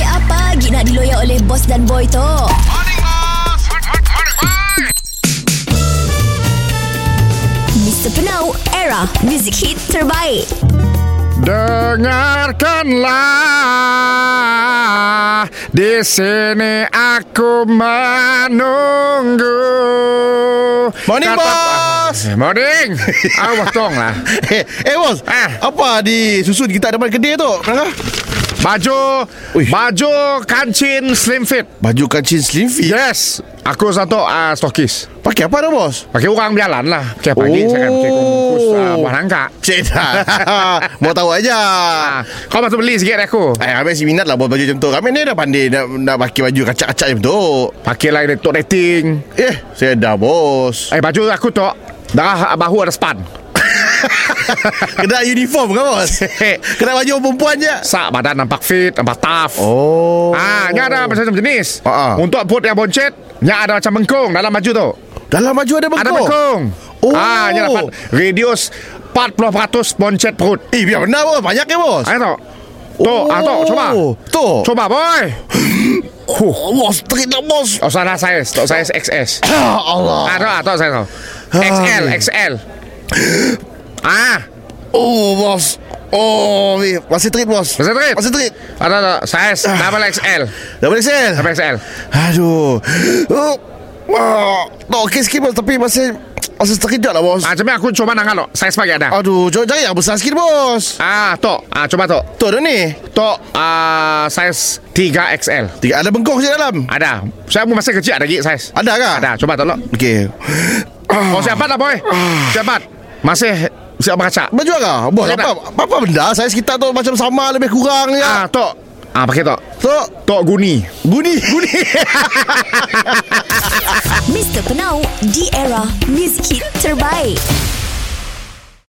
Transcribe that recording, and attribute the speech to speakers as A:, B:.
A: lagi nak diloyak oleh bos dan boy tu? Mr. Penau, era music hit terbaik.
B: Dengarkanlah Di sini aku menunggu
C: Morning, bos.
B: Eh, Morning Awak tong lah
C: Eh, eh bos.
B: Ah.
C: Apa di susun kita depan kedai tu? Kenapa?
B: Baju
C: Uish.
B: Baju kancin slim fit
C: Baju kancing slim fit.
B: Yes Aku satu uh, stokis
C: Pakai apa dah bos?
B: Pakai orang berjalan lah Pakai pagi oh. saya kan Pakai kumpus uh,
C: Oh.
B: buah nangka
C: Cik dah. Mau tahu aja.
B: Ah, Kau masuk beli sikit dari aku
C: Eh, Amin si minat lah buat baju macam tu. Amin ni dah pandai nak, nak pakai baju kacak-kacak macam tu.
B: Pakai lah dia tok rating
C: Eh, saya dah bos.
B: Eh baju aku tok Darah bahu ada span
C: Kena uniform kan bos? Kena baju orang perempuan je.
B: Sak badan nampak fit Nampak tough
C: Oh.
B: Ah, nya ada macam-macam jenis.
C: Ah, ah.
B: Untuk put yang boncet, nya ada macam bengkung dalam baju tu.
C: Dalam baju ada bengkok.
B: Ada bengkung.
C: Oh.
B: Ah, nya dapat radius 40% boncet perut.
C: Eh, biar benar bos. Banyak ke bos?
B: Ayo tak? Tu, ah tu, cuba.
C: Tu.
B: Cuba boy. Huh.
C: Oh, bos, terik nak bos.
B: Oh,
C: Ha,
B: sana saiz, tok saiz XS.
C: Ya Allah.
B: Ah, tu, ah, tu saiz tu.
C: Ha.
B: XL, XL. Ah,
C: Oh bos Oh weh. Masih terit bos
B: Masih terit?
C: Masih terit
B: ada tak Ha, saiz
C: Ah.
B: double XL.
C: Dah boleh sel
B: Double XL.
C: Aduh oh. Oh. Tak okey sikit bos Tapi masih Masih terit tak lah bos
B: Ah, cuma aku cuba nak kalau saiz bagi ada.
C: Aduh Jangan cari yang besar sikit bos
B: Ah, tok. Ah, cuba tok.
C: Tu dah ni
B: Tok ah, saiz 3XL.
C: Tiga ada bengkok je dalam
B: Ada Saya pun masa kecil ada gigit saiz
C: Ada ke
B: Ada Cuba tolong
C: Okey
B: Oh siapa lah boy Siapa Masih Siap berkaca
C: Baju agak Bos
B: Boleh
C: apa, apa Apa benda Saya sekitar tu Macam sama Lebih kurang ya.
B: Ah
C: je
B: tok Ah pakai tok
C: Tu
B: Tok guni
C: Guni Guni
A: Mr. Penau, di era music hit terbaik.